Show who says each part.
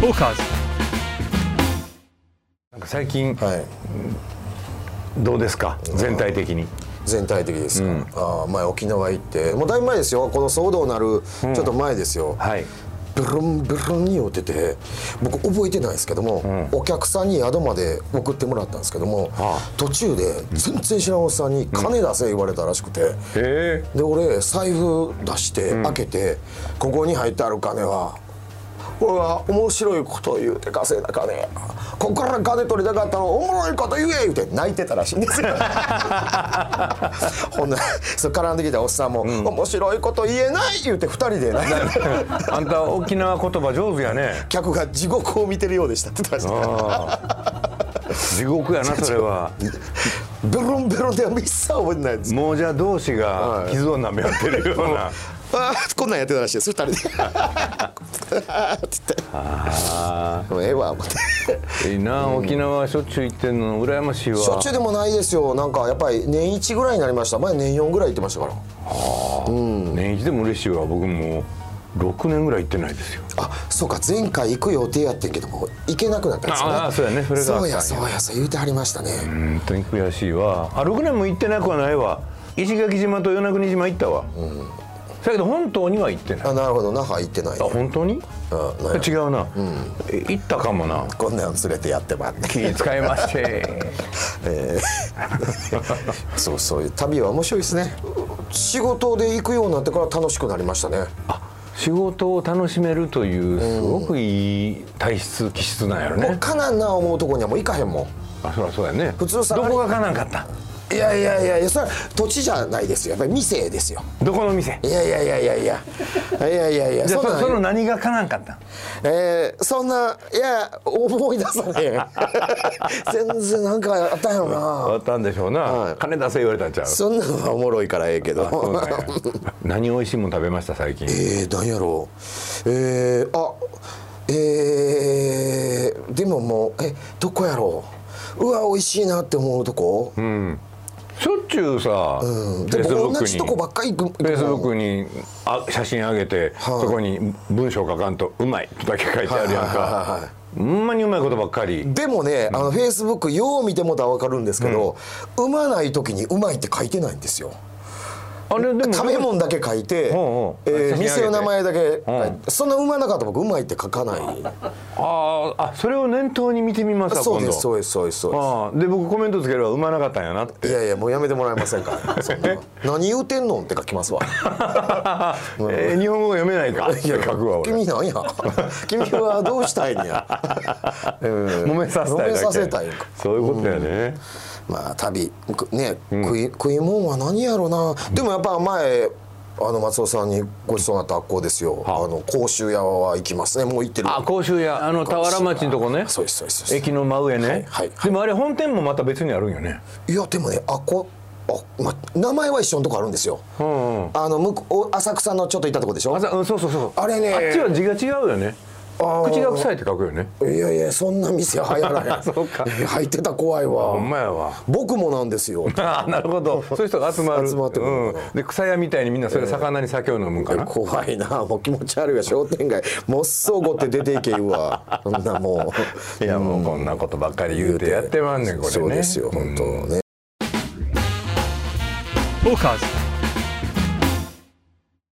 Speaker 1: トーカーズ
Speaker 2: なんか最近
Speaker 3: はい、
Speaker 2: どうですか全体的に
Speaker 3: 全体的ですか、ああ前沖縄行ってもうだいぶ前ですよこの騒動なるちょっと前ですよ、
Speaker 2: はい
Speaker 3: ブルンブルンに酔ってて僕覚えてないですけども、お客さんに宿まで送ってもらったんですけども、
Speaker 2: はあ
Speaker 3: 途中で全然知らんおっさんに「金出せ」言われたらしくて、
Speaker 2: え
Speaker 3: で俺財布出して開けて、ここに入ってある金は俺は面白いことを言うて稼いだ金やここから金取りたかったのおもろいこと言え言うて泣いてたらしいんで すよほんならそう絡んできたおっさんも、面白いこと言えない言うて二人 で泣いてた
Speaker 2: あんた沖縄言葉上手やね
Speaker 3: 客が地獄を見てるようでしたって言ってました
Speaker 2: 地獄やなそれは
Speaker 3: ベロンベロンで一切覚えてないです
Speaker 2: 亡者同士が傷を舐め合ってるよう な
Speaker 3: あーこんなんやってたらしいです二人 であーって言って
Speaker 2: あ
Speaker 3: もうええわ思って
Speaker 2: ーいいな沖縄しょっちゅう行ってんの羨ましいわ
Speaker 3: しょっちゅうでもないですよなんかやっぱり年1ぐらいになりました前年4ぐらい行ってましたから
Speaker 2: 年一でも嬉しいわ僕も6年ぐらい行ってないですよ
Speaker 3: あそうか前回行く予定やってんけども行けなくなったんですよね
Speaker 2: ああそうやねそれがあったんや
Speaker 3: そうやそうやそう言うてはりましたね、
Speaker 2: 本当に悔しいわあ6年も行ってなくはないわ石垣島と与那国島行ったわ、だけど本島には行ってないあ
Speaker 3: あなるほど那覇行ってない、ね、
Speaker 2: 本当に
Speaker 3: うんなんや
Speaker 2: 違うな、え行ったかもな
Speaker 3: こんなん連れてやってまんね
Speaker 2: 気使いまして
Speaker 3: えーそうそういう旅は面白いですね仕事で行くようになってから楽しくなりましたね
Speaker 2: 仕事を楽しめるというすごくいい体質気質なんやろ
Speaker 3: もう
Speaker 2: ね、
Speaker 3: かなんな思うとこにはもう行かへんもん
Speaker 2: あそりゃそうやね
Speaker 3: 普通さ
Speaker 2: どこがかなんかった
Speaker 3: いやいやいやいやそれは土地じゃないですよやっぱり店ですよ
Speaker 2: どこの店
Speaker 3: いやいやいやいやいやいやいやいや
Speaker 2: じゃあ
Speaker 3: んな
Speaker 2: そ
Speaker 3: ん
Speaker 2: その何がかなんかった
Speaker 3: えーそんないや思い出さねえ全然なんかあったんやろ
Speaker 2: あ
Speaker 3: な
Speaker 2: ったんでしょうな、
Speaker 3: はい
Speaker 2: 金出せ言われたんちゃう
Speaker 3: そんなんはおもろいからええけど
Speaker 2: あそうなんや 何美味しいもん食べました最近
Speaker 3: えー、なんやろうえー、あえー、でももうえどこやろううわ美味しいなって思うとこ、うん、
Speaker 2: しょっちゅうさ、
Speaker 3: でも同じとこば
Speaker 2: に
Speaker 3: っかり行く
Speaker 2: フェイスブックにあ写真あげて、そこに文章書かんと「うまい」とだけ書いてあるやん
Speaker 3: はいはいはいは
Speaker 2: かほんまにうまいことばっかり
Speaker 3: でもね、あのフェイスブックよう見てもらったら分かるんですけど、うまない時にうまいって書いてないんですよ
Speaker 2: あれでも
Speaker 3: 食べ物だけ書いて、
Speaker 2: ほうほう
Speaker 3: え
Speaker 2: 写
Speaker 3: ー
Speaker 2: 真上げて
Speaker 3: 店の名前だけ、
Speaker 2: ん
Speaker 3: そんなうまなかったら僕うまいって書かない
Speaker 2: あーあそれを念頭に見てみますわ
Speaker 3: そう
Speaker 2: 今
Speaker 3: で
Speaker 2: 度
Speaker 3: すそうですそうですそうで
Speaker 2: あーで僕コメントつければうまなかったんやなっ
Speaker 3: すい
Speaker 2: て
Speaker 3: やいやもうやめてもらえませ んかそんな何言うてんのんって書きますわ
Speaker 2: えー日本語が読めないかって書くわ俺
Speaker 3: 君なんや君はどうしたいん や、うん
Speaker 2: 揉めさせたいだけ
Speaker 3: 揉めさせたいんか
Speaker 2: そういうことやね、
Speaker 3: まあ旅くね、食い食い物は何やろなでもやっぱ前あの松尾さんにごちそうになった学校ですよ、あの甲州屋は行きますねもう行ってる
Speaker 2: あ甲州屋あの
Speaker 3: 州屋
Speaker 2: 田原町のとこね
Speaker 3: そうですそうですそうです
Speaker 2: 駅の真上ね、
Speaker 3: はいは
Speaker 2: で
Speaker 3: い
Speaker 2: もあれ本店もまた別にあるんよね
Speaker 3: いやでもねあこあ、ま、名前は一緒のとこあるんですよ、
Speaker 2: んうん
Speaker 3: あの向こう浅草のちょっと行ったとこでしょ
Speaker 2: あそううんそうそうそう
Speaker 3: あれね
Speaker 2: あっちは字が違うよね
Speaker 3: あー
Speaker 2: 口が臭いって書くよね
Speaker 3: いやいやそんな店は流行らへん
Speaker 2: そうか
Speaker 3: いや入ってたら怖い
Speaker 2: ほん
Speaker 3: わ
Speaker 2: まやわ
Speaker 3: 僕もなんですよ
Speaker 2: ああなるほ どそういう人が集まる
Speaker 3: 集まってくる
Speaker 2: うん、で草屋みたいにみんなそれ魚に酒を飲むんかな、
Speaker 3: 怖いなもう気持ち悪いわ商店街もっそうごって出ていけ言うわそんなもう
Speaker 2: いやもうこんなことばっかり言うてやってまんねんこれね
Speaker 3: そうですよ本当ね
Speaker 1: トーカーズ